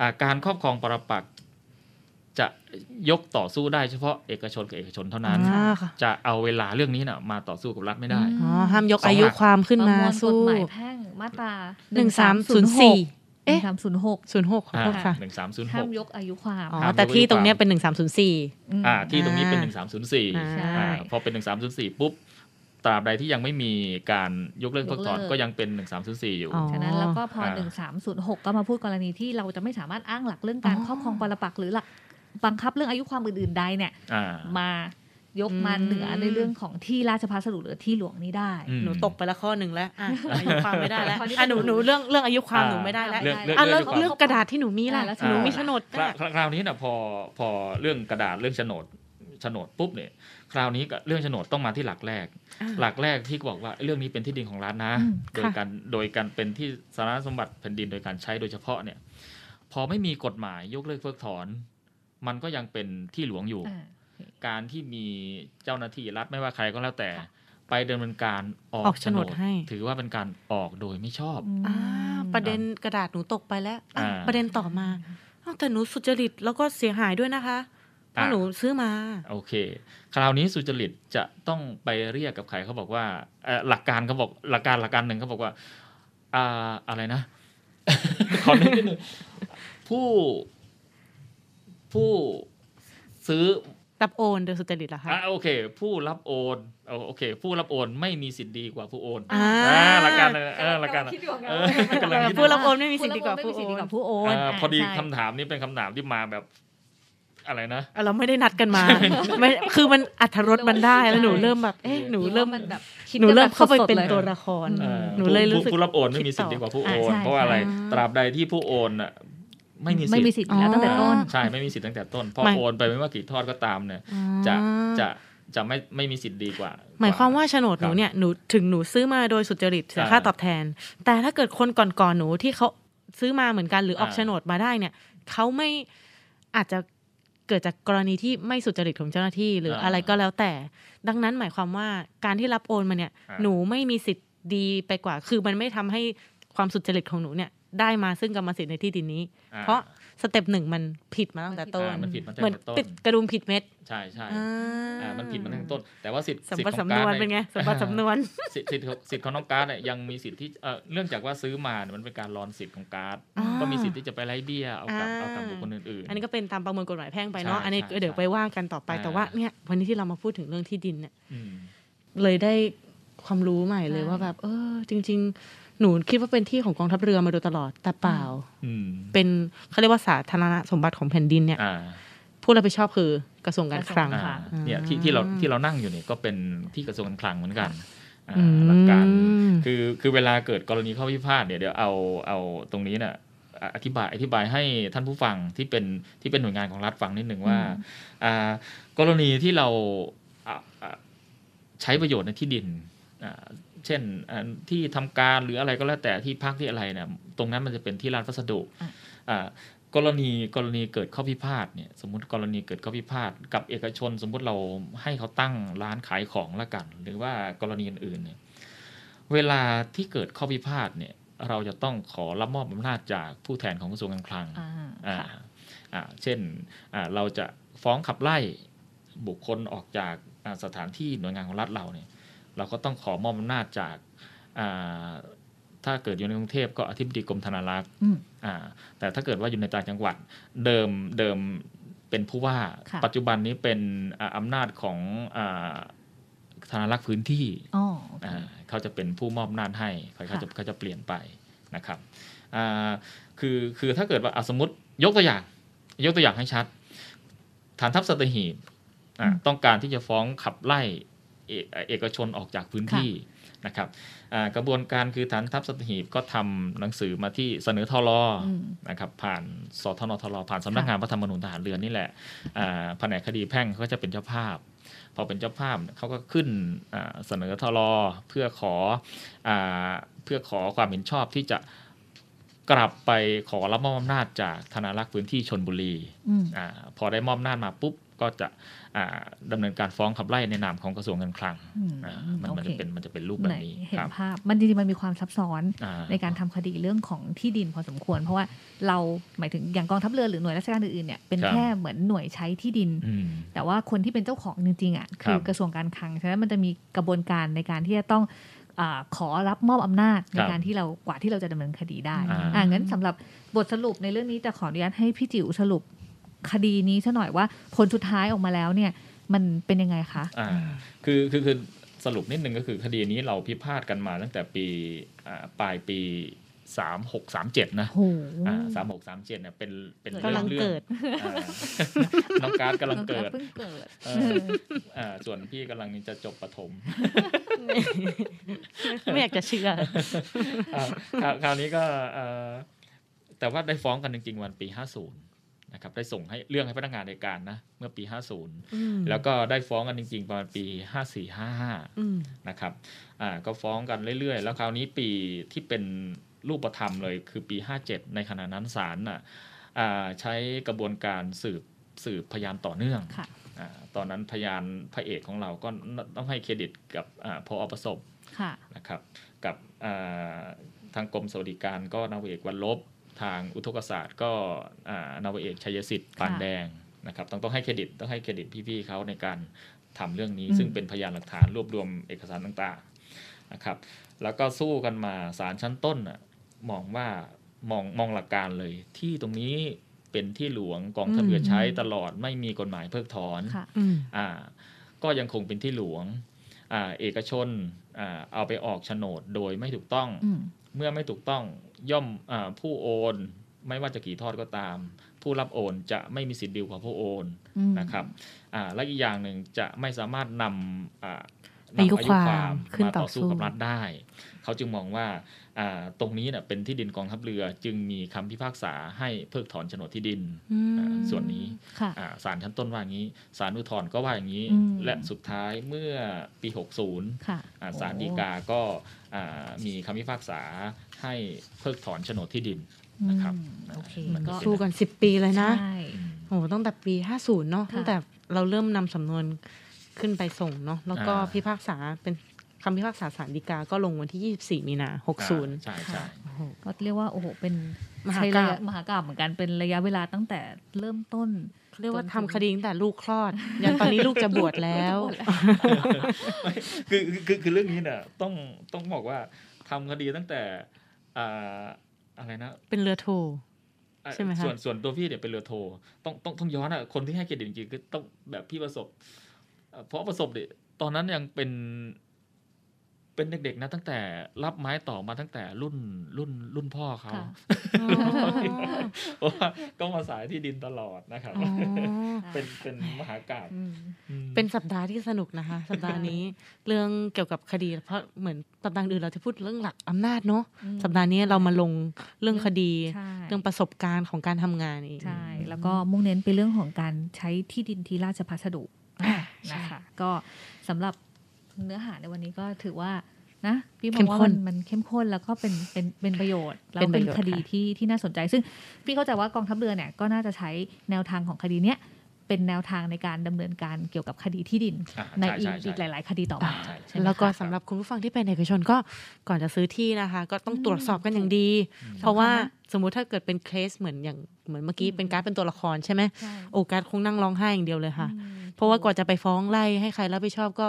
S6: อ่ะการครอบครองปรปักษ์จะยกต่อสู้ได้เฉพาะเอกชนกับเอกชนเท่านั้น
S5: อ่าค่ะ
S6: จะเอาเวลาเรื่องนี้นะมาต่อสู้กับรัฐไม่ได้
S5: อ๋อห้ามยกอายุความขึ้นมา
S3: ประ
S5: สู้
S3: มวลกฎหมายแพ่งมาตรา
S5: หนึ่งสามศูนย์สี่
S3: เอ๊ะ
S5: เอ๊ะ
S3: สามศูนย์หก
S5: ศูนย์หกขอโทษค่ะ
S6: หนึ่งสามศูนย์ห
S3: ห้าม
S6: ก
S3: ยกอายุความ
S5: อ๋อ
S6: ห้ามยก
S5: แต่ที่ตรงเนี้ย
S6: อายุความ
S5: เป็นหนึ่งสามศูนย์สี่
S3: ม
S6: อ่าที่ตรงนี้เป็น
S5: อ่า
S6: 1304
S5: อ่า
S3: ใช่
S6: อ่าพอเป็น 1304 ปุ๊บ ตราบใดที่ยังไม่มีการยกเลิกเพิกถอน
S3: ยกเลิก
S6: ก็ยังเป็น 1304 อยู่
S5: อ๋อ
S3: ฉะนั้นแล้วก็พอ
S6: อ่า
S3: 1306 ก็มาพูดกรณีที่เราจะไม่สามารถอ้างหลักเรื่องการ
S5: อ๋อ
S3: ครอบครองปรปักษ์หรือหลักบังคับเรื่องอายุความอื่นๆใดเนี่ย
S6: อ่าม
S3: ายกมา
S5: อืม
S3: เหนือในเรื่องของที่ราชพัสดุหรือที่หลวงนี้ได้
S6: อืม
S5: หนูตกไปละข้อหนึ่งแล้วอ่ะอายุความไม่ได้แล้ว
S3: ข้อนี้
S5: อ่ะหนูหนูเรื่องเรื่องอายุความ
S6: อ่า
S5: หนูไม่ได้แล้ว
S6: เรื่องเรื่อง
S5: อ่ะแล้ว
S6: เรื่องอายุความ
S5: เรื่องกระดาษที่หนูมีล่ะ
S3: อ่าแล้ว
S5: หนูมี
S6: อ่า
S5: โฉนด
S6: คราวคราวคราวนี้นะพอพอเรื่องกระดาษเรื่องโฉนดโฉนดปุ๊บเนี่ย คราวนี้ก็เรื่องโฉนดต้องมาที่หลักแรก หลักแรกที่บอกว่าเรื่องนี้เป็นที่ดินของรัฐนะ
S3: อืม
S6: โดยการโดยการเป็นที่สาธารณสมบัติแผ่นดินโดยการใช้โดยเฉพาะเนี่ย พอไม่มีกฎหมายยกเลิกเพิกถอน มันก็ยังเป็นที่หลวงอยู่
S3: อ่า
S6: การที่มีเจ้าหน้าที่รัฐไม่ว่าใครก็แล้วแต่
S3: ค่ะ
S6: ไปดำเนินการออก
S5: ออกโฉนดให้
S6: ถือว่าเป็นการออกโดยไม่ชอบ
S5: อ่าประเด็นกระดาษหนูตกไปแล้วอ่ะ
S6: อ่า
S5: ประเด็นต่อมาอ้าวแต่หนูสุจริตแล้วก็เสียหายด้วยนะคะเพราะ
S6: อ่า
S5: หนูซื้อมา
S6: โอเค คราวนี้สุจริตจะต้องไปเรียกกับใครเขาบอกว่าเอ่อหลักการเขาบอกหลักการหลักการหนึ่งเขาบอกว่าอ่าอะไรนะ ขอนิดนึงผู้ผู้ซื้อ
S5: รับโอนโดยสุจริตเหรอคะ
S6: อ่ะโอเค ผู้รับโอนเอาโอเค ผู้รับโอนไม่มีสิทธิ์ดีกว่าผู้โอน
S5: อ่า
S6: อ่าหลักการเลยนะอ่าหลักการ
S3: คิดอยู่ไง
S6: เออกำลังคิดอยู่
S5: ผู้รับโอนไม่มีสิทธิ์ดีกว่า
S3: ผู้
S5: ผู้
S3: รับ
S5: โอ
S3: โอนไม่มีสิทธิ์ดีกว่าผู้โอ
S5: น
S3: น
S6: อ่า
S3: า
S6: พอดี
S3: ใช่
S6: คำถามนี้เป็นคำถามที่มาแบบอะไรนะ
S5: อ่ะเราไม่ได้นัดกัน มาไม่คือมันอัธรสมันได้แล้วหนู
S3: ใช่
S5: เริ่มแบบเอ๊ะหนูเริ่ม
S3: ว่ามันแบบคิด
S5: หนูเริ่มเข้าไป
S3: แบบสดๆ
S5: เป็น
S3: ลย
S5: ตัวละคร
S6: เออ
S5: หนูเลย
S6: ผู้
S5: รู้สึก
S6: ผู้รับโอนไม่มีสิทธิ์
S5: คิ
S6: ดี
S5: ด
S6: ก
S5: ต่อ
S6: ว่าผู้โอน
S3: อ่าใช่
S6: เพราะว่าอะไร
S5: อ่า
S6: ตราบใดที่ผู้โอนอ่ะไม่มีสิ
S3: ไม่
S6: ท
S3: มี
S6: ธิ์
S3: สิทธิ์อยู่แล้วตั้งแต่ต้น
S6: ใช่ไม่มีสิทธิ์ตั้งแต่ต้นพอ
S5: หมาย
S6: โอนไปไม่ว่ากี่ทอดก็ตามเนี่ยจะจะจะไม่ไม่มีสิทธิ์ดีกว่า
S5: หมายความว่าโฉนดหนู
S6: ครับ
S5: เนี่ยหนูถึงหนูซื้อมาโดยสุจริตเสียค่า
S6: อ่า
S5: ตอบแทน แต่ถ้าเกิดคนก่อนๆหนูที่เขาซื้อมาเหมือนกันหรืออ
S6: อ่า
S5: อกโฉนดมาได้เนี่ยเขาไม่อาจจะเกิดจากกรณีที่ไม่สุจริตของเจ้าหน้าที่หรืออะไรก็แล้วแต่ ดังนั้นหมายความว่าการที่รับโอนมาเนี่ย หนูไม่มีสิทธิ์ดีไปกว่า คือมันไม่ทำให้ความสุจริตของหนูเนี่ย ได้มาซึ่งกรรมสิทธิ์ในที่ดินนี้
S6: อ่
S5: เพราะสเต็ปหนึ่งมันผิดมาตั้งแต่ต้น
S6: อ่ามันผิดมาตั้ง
S5: เหมือน
S6: แต่ต้น
S5: ปิดกระดุมผิดเม็ด
S6: ใช่ใช่
S5: อ่า
S6: อ่ามันผิดมาตั้งแต่ต้น แต่ว่าสิทธิ์
S5: สัม
S6: สิท
S5: ปะ
S6: ธิ์ของ
S5: สำ
S6: กานร
S5: ว
S6: ด
S5: นเป็นไงสัมปะสำนวน
S6: สิทธิ์สิทธิ์ของสิทธิ์ของน้องการดเนี่ยยังมีสิทธิ์ที่เอ่อเนื่องจากว่าซื้อมาเนี่ยมันเป็นการรอนสิทธิ์ของการด
S5: อ่า
S6: ก็มีสิทธิ์ที่จะไปไล่เบี้ยเอากับ
S5: อ่า
S6: เอากับบุคคลอื่นๆ
S5: อันนี้ก็เป็นตามประมวลกฎหมายแพ่งไปเนาะ
S6: ใช่
S5: อันนี้
S6: ใช่
S5: เดี๋ยวไปว่ากันต่อไป
S6: อ่า
S5: แต่ว่าเนี่ย วันนี้ที่เรามาพูดถึงเรื่องที่ดินเนี่ย
S6: อืม
S5: เลยได้ความรู้ใหม่เลย
S3: ใช่
S5: ว่าแบบ เออ จริง ๆ หนูคิดว่าเป็นที่ของกองทัพเรือมาโดยตลอดแต่เปล่า
S6: อืม
S5: เป็นเขาเรียกว่าสาธารณสมบัติของแผ่นดินเนี่ย
S6: อ่า
S5: ผู้รับผิดชอบคือกระทรวงการคลัง
S3: กระทรวงกร
S6: อ่า
S5: อืม
S6: เนี่ยที่ที่เราที่เรานั่งอยู่เนี่ยก็เป็นที่กระทรวงการคลังเหมือนกันอ่า
S5: อืม
S6: หลักการคือคือเวลาเกิดกรณีข้อพิพาทเนี่ยเดี๋ยวเอาเอาตรงนี้น่ะอ่ะอธิบายอธิบายให้ท่านผู้ฟังที่เป็นที่เป็นหน่วยงานของรัฐฟังนิดหนึ่งว่าอ่ากรณีที่เราอ่ะอ่ะใช้ประโยชน์ในที่ดินอ่าเช่นอ่าที่ทำการหรืออะไรก็แล้วแต่ที่พักที่อะไรเนี่ยตรงนั้นมันจะเป็นที่ร้านพัสดุ
S3: อ่ะ
S6: อ่า กรณีกรณีเกิดข้อพิพาทเนี่ยสมมติกรณีเกิดข้อพิพาทกับเอกชน สมมติเราให้เขาตั้งร้านขายของละกัน หรือว่ากรณีอื่นๆเนี่ยเวลาที่เกิดข้อพิพาทเนี่ยเราจะต้องขอรับมอบอำนาจจากผู้แทนของกระทรวงการคลัง
S3: อ่า
S6: อ่า
S3: ค่ะ
S6: อ่าเช่นอ่าเราจะฟ้องขับไล่บุคคลออกจากอ่าสถานที่หน่วยงานของรัฐเราเนี่ยเราก็ต้องขอมอบอำนาจจากอ่าถ้าเกิดอยู่ในกรุงเทพก็อธิบดีกรมธนารักษ์
S3: อืม
S6: อ่าแต่ถ้าเกิดว่าอยู่ในต่างจังหวัดเดิมเดิมเป็นผู้ว่า
S3: ค่ะ
S6: ปัจจุบันนี้เป็นอ่าอำนาจของอ่าธนารักษ์พื้นที่
S3: อ๋อ
S6: อ่าเขาจะเป็นผู้มอบอำนาจให้เขา
S3: ค่ะ
S6: จะเขาจะเปลี่ยนไปนะครับ อ่าคือคือถ้าเกิดว่าอ่ะสมมติยกตัวอย่าง ยกตัวอย่างให้ชัด ฐานทัพสัตหีบอ่ะ
S3: อืม
S6: ต้องการที่จะฟ้องขับไล่เอเอ่อเอกชนออกจากพื้นที่นะครับอ่ากระบวนการคือฐานทัพสัตหีบก็ทำหนังสือมาที่เสนอทอรอ
S3: อืม
S6: นะครับผ่านสทนทรผ่านสำนักงานพระธรรมนูญทหารเรือนี่แหละอ่าแผนกคดีแพ่งก็จะเป็นเจ้าภาพ พอเป็นเจ้าภาพเนี่ยเขาก็ขึ้นอ่าเสนอทอรอเพื่อขออาเพื่อขอความเห็นชอบที่จะกลับไปขอรับมอบอำนาจจากธนารักษ์พื้นที่ชนบุรี
S3: อืม
S6: อาพอได้มอบอำนาจมาปุ๊บ ก็จะอ่าดำาเนินการฟ้องขับไล่ในนามของกระทรวงการคลัง
S3: อืม
S6: อ่ามันมัน
S3: โอเค
S6: จะเป็นมันจะเป็นรูปแบ
S3: ไหน
S6: บนี้ค
S3: เห็
S6: น รับ
S3: ภาพมันจริงๆมันมีความซับซ้อน
S6: อ่
S3: ในการทำคดีเรื่องของที่ดินพอสมควร เพราะว่าเราหมายถึงอย่างกองทัพเรือหรือหน่วยราชการอื่นๆเนี่ยเป็นแค่เหมือนหน่วยใช้ที่ดิน
S6: อืม
S3: แต่ว่าคนที่เป็นเจ้าของจริงๆอ่ะ
S6: ครับ
S3: คือกระทรวงการคลังฉะนั้นมันจะมีกระบวนการในการที่จะต้องอาขอรับมอบอำนาจใน
S6: ครับ
S3: การที่เรากว่าที่เราจะดำเนินคดีได้
S6: อ่า
S3: อ่างั้นสำหรับบทสรุปในเรื่องนี้จะขออนุญาตให้พี่จิ๋วสรุปคดีนี้ซะหน่อยว่าผลสุดท้ายออกมาแล้วเนี่ยมันเป็นยังไงคะ
S6: อ่าคือคือคือสรุปนิดนึงก็คือคดีนี้เราพิพาทกันมาตั้งแต่ปีอ่าปลายปี 3637 นะ
S3: โห
S6: สามหกสามเจ็ดเนี่ยเป็นเป็น
S5: กำลัง
S6: รื่อง
S5: เกิด
S6: อ่า น้องการดกำลังเกิด
S3: เพิ่งเกิด
S6: เอออ่าส่วนพี่กำลังจะจบประถม
S5: ไม่อยากจะเชื่อ
S6: อ่ะคราวคราวนี้ก็เอ่อแต่ว่าได้ฟ้องกันจริง ๆ วันปี 50 นะครับ ได้ส่งให้เรื่องให้พนักงานในการนะ เมื่อปี 50 แล้วก็ได้ฟ้องกันจริง ๆ ประมาณปี 54 55
S5: อืม
S6: นะครับอ่าก็ฟ้องกันเรื่อย ๆ แล้วคราวนี้ปีที่เป็นรูปธรรมเลยคือปี 57 ในขณะนั้นศาลน่ะอ่าใช้กระบวนการสืบสืบพยานต่อเนื่อง
S3: ค่ะ
S6: อาตอนนั้นพยานพระเอกของเราก็ต้องให้เครดิตกับอาพออประสบ
S3: ค่ะ
S6: นะครับกับอ่าทางกรมสวัสดิการก็นาวาเอกวันลบ ทางอุทกศาสตร์ก็อ่านาวาเอกชัยสิทธิ์ปาน
S3: ค่ะ
S6: แดงนะครับต้องต้องให้เครดิตต้องให้เครดิตพี่ๆเขาในการทำเรื่องนี้
S3: อืม
S6: ซึ่งเป็นพยานหลักฐานรวบรวมเอกสารต่างๆนะครับแล้วก็สู้กันมาศาลชั้นต้นน่ะมองว่ามองมองหลักการเลย ที่ตรงนี้เป็นที่หลวงกองทัพเรือใช้ตลอดไม่มีกฎหมายเพิกถอน
S3: ค่ะ
S5: อืม
S6: อ่าก็ยังคงเป็นที่หลวงอ่าเอกชนอ่าเอาไปออกโฉนดโดยไม่ถูกต้อง
S3: อืม
S6: เมื่อไม่ถูกต้องย่อมอาผู้โอนไม่ว่าจะกี่ทอดก็ตาม ผู้รับโอนจะไม่มีสิทธิ์ดิวกับผู้โอน
S3: อืม
S6: นะครับอ่าและอีกอย่างหนึ่งจะไม่สามารถนำอ่า
S5: อายุ
S6: นำอายุ
S5: ความ
S6: ความ
S5: ขึ้น
S6: มาต่
S5: ต่
S6: อ
S5: อสู้
S6: สู้กับรัฐได้ เขาจึงมองว่าอ่าตรงนี้เน่ยเป็นที่ดินกองทัพเรือจึงมีคำพิพากษาให้เพิกถอนโฉนดที่ดิน
S5: อืม
S6: อ่าส่วนนี้
S3: ค่ะ
S6: อ่าศาลชั้นต้นว่าอย่างนี้ศาลอุทธรณ์ก็ว่าอย่างนี้
S3: อืม
S6: และสุดท้ายเมื่อปี 60
S3: ค่ะ
S6: อ่าศาลฎีกาก็อ่ามีคำพิพากษาให้เพิกถอนโฉนดที่ดิน นะครับ
S3: อืมโอเค
S6: มัน
S3: ก็
S5: สู้กันสิบปีเลยนะ
S3: ใช่
S5: โหตั้งแต่ปีห้าศูนย์เนาะ
S3: ค่ะ
S5: ตั้งแต่เราเริ่มนำสำนวนขึ้นไปส่งเนาะแล้วก็
S6: อ่า
S5: พิพากษาเป็นคำพิพากษาศาลฎีกาก็ลงวันที่ 24 มีนา 60
S6: ใช่ใช่
S3: ก็เรียกว่าโอ้โหเป็น
S5: มหากรรม
S3: ใช้ระยะมหากรรมเหมือนกันเป็นระยะเวลาตั้งแต่เริ่มต้น
S5: เรียกว่าทำคดีตั้งแต่ลูกคลอ ด ยันตอนนี้ลูกจะบวชแล้ว
S6: คือคือคือคือเรื่องนี้เนี่ยต้องต้องบอกว่าทำคดีตั้งแต่อ่าอะไรนะ
S5: เป็นเรือ โท
S6: อ่า
S5: ใช่ไหมคะ
S6: ส่วนส่วนตัวพี่เนี่ยเป็นเรือโทต้องต้องต้องย้อนอ่ะคนที่ให้เครดิตจริงๆคือต้องแบบพี่ประสบเอ่อเพราะประสบเนี่ยตอนนั้นยังเป็น เป็นเด็กๆนะตั้งแต่รับไม้ต่อมาตั้งแต่รุ่นรุ่นรุ่นพ่อเขา
S3: ค่ะ
S6: เพราะว่าก็มาสายที่ดินตลอดนะครับ
S5: อ๋อ
S6: เป็นเป็นมหากาบ
S3: อืม
S5: เป็นสัปดาห์ที่สนุกนะคะ สัปดาห์นี้เรื่องเกี่ยวกับคดี เพราะเหมือนสัปดาห์อื่นเราจะพูดเรื่องหลักอำนาจเนาะ
S3: อืม
S5: สัปดาห์นี้เรามาลงเรื่องคดี
S3: ใช่
S5: เรื่องประสบการณ์ของการทำงานอีก
S3: ใช่ แล้วก็มุ่งเน้นไปเรื่องของการใช้ที่ดินที่ราชพัสดุนะคะก็สำหรับเนื้อหาในวันนี้ก็ถือว่านะพี่มองว่า
S5: เข้มข้
S3: มัน นมันเข้มข้นแล้วก็เป็นเป็นเป็นประโยชน์แล้ว
S5: เป็นป
S3: เป็น
S5: ระโยชน์
S3: คดี
S5: ค่ะ
S3: ที่ที่น่าสนใจ ซึ่งพี่เข้าใจว่ากองทัพเรือเนี่ยก็น่าจะใช้แนวทางของคดีเนี้ยเป็นแนวทางในการดำเนินการเกี่ยวกับคดีที่ดิน
S6: อ่า
S3: ใน
S6: ช่
S3: อีก
S6: ช่ช่
S3: อีกหลาย ๆ คดีต่อมา
S6: ใช่
S3: ใช่ไหม
S5: แล้วก็
S3: คะ
S5: สำหรับคุณผู้ฟังที่เป็นเอกชนก็ก่อนจะซื้อที่นะคะ ก็ต้อง
S3: อืม
S5: ตรวจสอบกันอย่างดี
S6: อืม
S5: เพราะว่า
S3: สำคัญนะ
S5: สมมุติถ้าเกิดเป็นเคสเหมือนอย่างเหมือนเมื่อกี้
S3: อืม
S5: เป็นการดเป็นตัวละครใช่ไหม
S3: ใช่
S5: โอการดคงนั่งร้องไห้อย่างเดียวเลยค่ะ
S3: อืม
S5: เพราะว่ากว่าจะไปฟ้องไล่ให้ใครรับผิดชอบก็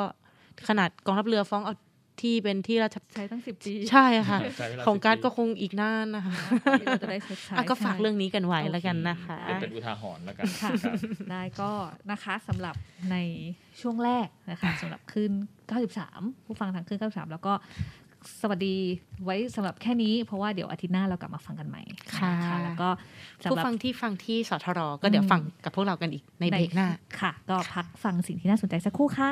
S5: ขนาดกองทัพเรือฟ้องเอาที่เป็นที่ราช
S3: ใช้ตั้งสิบปี
S5: ใช่ค่ะ
S6: ใช้เวล
S5: ของการด
S6: สิบปี
S5: ก็คงอีกนานนะคะ
S3: ที่เราจะได้ชดใช้
S5: อ่ะก็ฝาก
S3: ใช่
S5: เรื่องนี้กันไว้
S3: โอเค
S5: แล้วกันนะคะ
S6: เป็นเป็นอุทาหรณ์แล้วกัน
S3: ค่ะ
S6: ครับ
S3: ได้ก็นะคะสำหรับในช่วงแรกนะคะสำหรับขึ้น 93 ผู้ฟังทางขึ้น 93 แล้วก็ สวัสดีไว้สำหรับแค่นี้ เพราะว่าเดี๋ยวอาทิตย์หน้าเรากลับมาฟังกันใหม่
S5: ค่ะ
S3: นแล้วก็สำ
S5: ผู้
S3: หรับ
S5: ฟังที่ฟังที่สทรก็เดี๋ยว
S3: อืม
S5: ฟังกับพวกเรากันอีกในเบรกหน้า
S3: ค่ะ ก็พักฟังสิ่งที่น่าสนใจสักครู่ค่ะ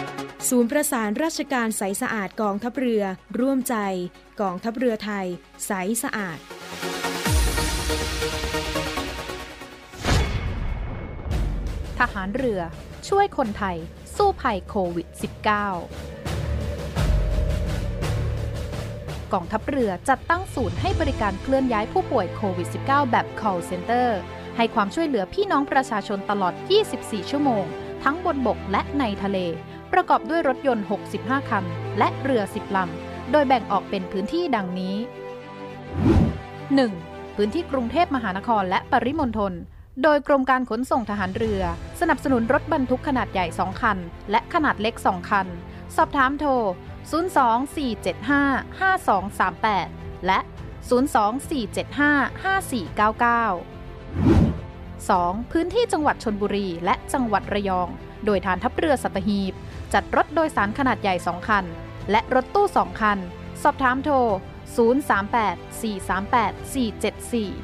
S7: ศูนย์ประสานราชการใสสะอาดกองทัพเรือ ร่วมใจ กองทัพเรือไทย ใสสะอาด
S8: ทหารเรือ ช่วยคนไทย สู้ภัยโควิด -19 กองทัพเรือจัดตั้งศูนย์ให้บริการเคลื่อนย้ายผู้ป่วยโควิด -19 แบบ call center ให้ความช่วยเหลือพี่น้องประชาชนตลอด 24 ชั่วโมง ทั้งบนบกและในทะเล ประกอบด้วยรถยนต์ 65 คัน และเรือ 10 ลำ โดยแบ่งออกเป็นพื้นที่ดังนี้ 1. พื้นที่กรุงเทพมหานครและปริมณฑล โดยกรมการขนส่งทหารเรือ สนับสนุนรถบรรทุกขนาดใหญ่ 2 คัน และขนาดเล็ก 2 คัน สอบถามโทร 024755238 และ 024755499 2. พื้นที่จังหวัดชนบุรีและจังหวัดระยอง โดยฐานทัพเรือสัตหีบ จัดรถโดยสารขนาดใหญ่ 2 คัน และรถตู้ 2 คัน สอบถามโทร 038 438 474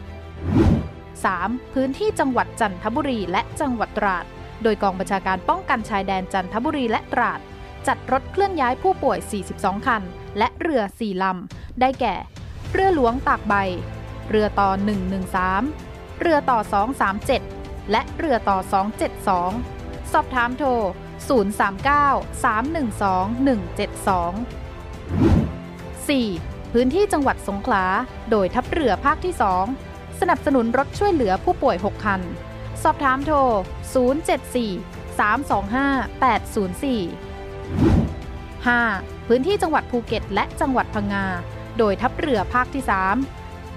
S8: 3. พื้นที่จังหวัดจันทบุรีและจังหวัดตราด โดยกองบัญชาการป้องกันชายแดนจันทบุรีและตราด จัดรถเคลื่อนย้ายผู้ป่วย 42 คัน และเรือ 4 ลำ ได้แก่ เรือหลวงตากใบ เรือต่อ 113 เรือต่อ 237 และเรือต่อ 272 สอบถามโทร 039 312 172 4. พื้นที่จังหวัดสงขลา โดยทัพเรือภาคที่ 2 สนับสนุนรถช่วยเหลือผู้ป่วย 6 คัน สอบถามโทร 074 325 804 5. พื้นที่จังหวัดภูเก็ตและจังหวัดพังงา โดยทัพเรือภาคที่ 3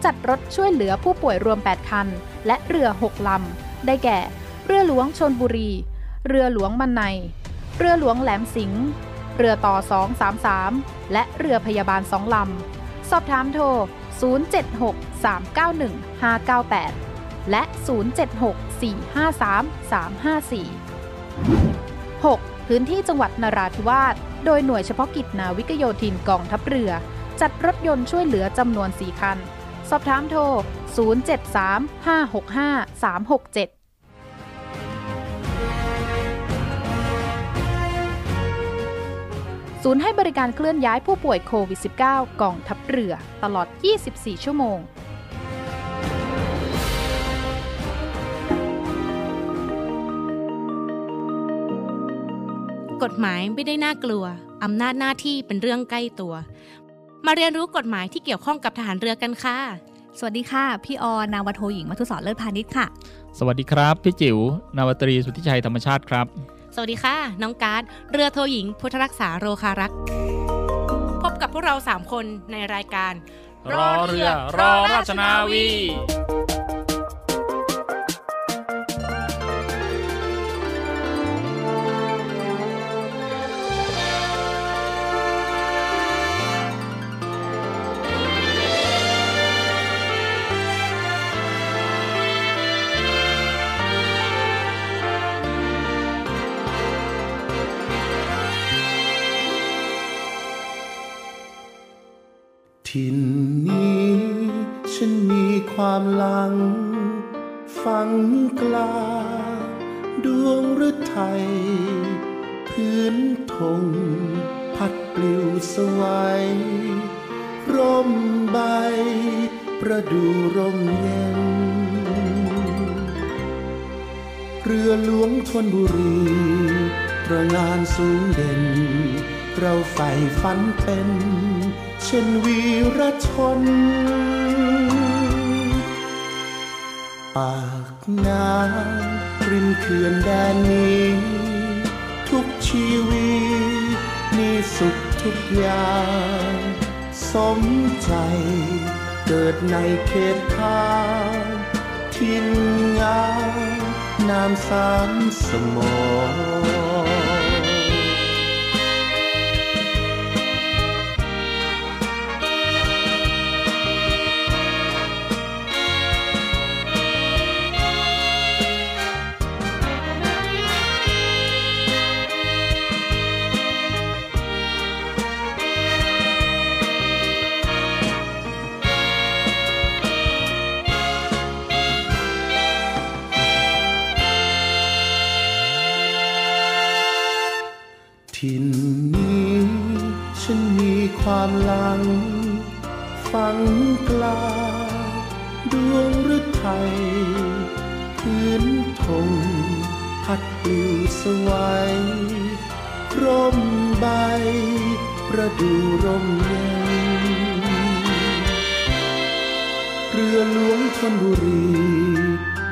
S8: จัดรถช่วยเหลือผู้ป่วยรวม 8 คัน และเรือ 6 ลำ ได้แก่ เรือหลวงชนบุรี เรือหลวงมันใน เรือหลวงแหลมสิงห์ เรือต่อ 233 และเรือพยาบาล 2 ลำ สอบถามโทร 076 391 598 และ 076 453 354 6. พื้นที่จังหวัดนราธิวาส โดยหน่วยเฉพาะกิจนาวิกโยธินกองทัพเรือ จัดรถยนต์ช่วยเหลือจำนวน 4 คัน สอบถามโทร 073 565 367ศูนย์ให้บริการเคลื่อนย้ายผู้ป่วยโควิด -19 กองทัพเรือ ตลอด 24 ชั่วโมง
S2: กฎหมายไม่ได้น่ากลัว อำนาจหน้าที่เป็นเรื่องใกล้ตัว มาเรียนรู้กฎหมายที่เกี่ยวข้องกับทหารเรือกันค่ะ
S9: สวัสดีค่ะ พี่ออนาวาโทหญิงมัทุสรเลิศพาณิชย์ค่ะ
S4: สวัสดีครับ พี่จิ๋วนาวาตรีสุทธิชัยธรรมชาติครับ
S2: สวัสดีค่ะ น้องการ์ดเรือโทหญิง พุทธรักษาโรคารักษ์พบกับพวกเรา 3 คนในรายการ
S10: ถิ่นนี้ฉันมีความหลัง ฝังกลา ดวงฤทัย เ พื้นธงพัดปลิวสวัยร่มใบ ประดูร่มเย็น เรือหลวงธนบุรีตระหงานสูงเด่น เราใฝ่ฝันเป็น เช่นวีรชน ปากน้ำริมเขื่อนแดนนี้ ทุกชีวิตมีสุขทุกอย่าง สมใจเกิดในเขตทางทินงามนามสามสมองทินนี้ฉันมีความหลัง ฝังกลาดวงฤทัยพื้นธงพัดปลิวสวัยร่มใบ ประดูร่มเย็น เรือหลวงธนบุรี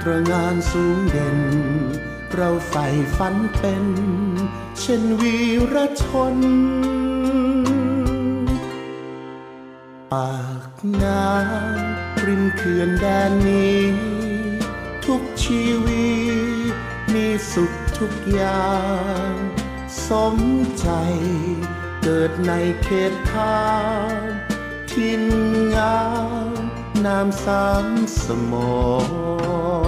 S10: ตระหงานสูงเด่น เราใฝ่ฝันเป็น เช่นวีรชน ปากน้ำริมเขื่อนแดนนี้ ทุกชีวิตมีสุขทุกอย่าง สมใจเกิดในเขตทางทินงามนามสามสมอง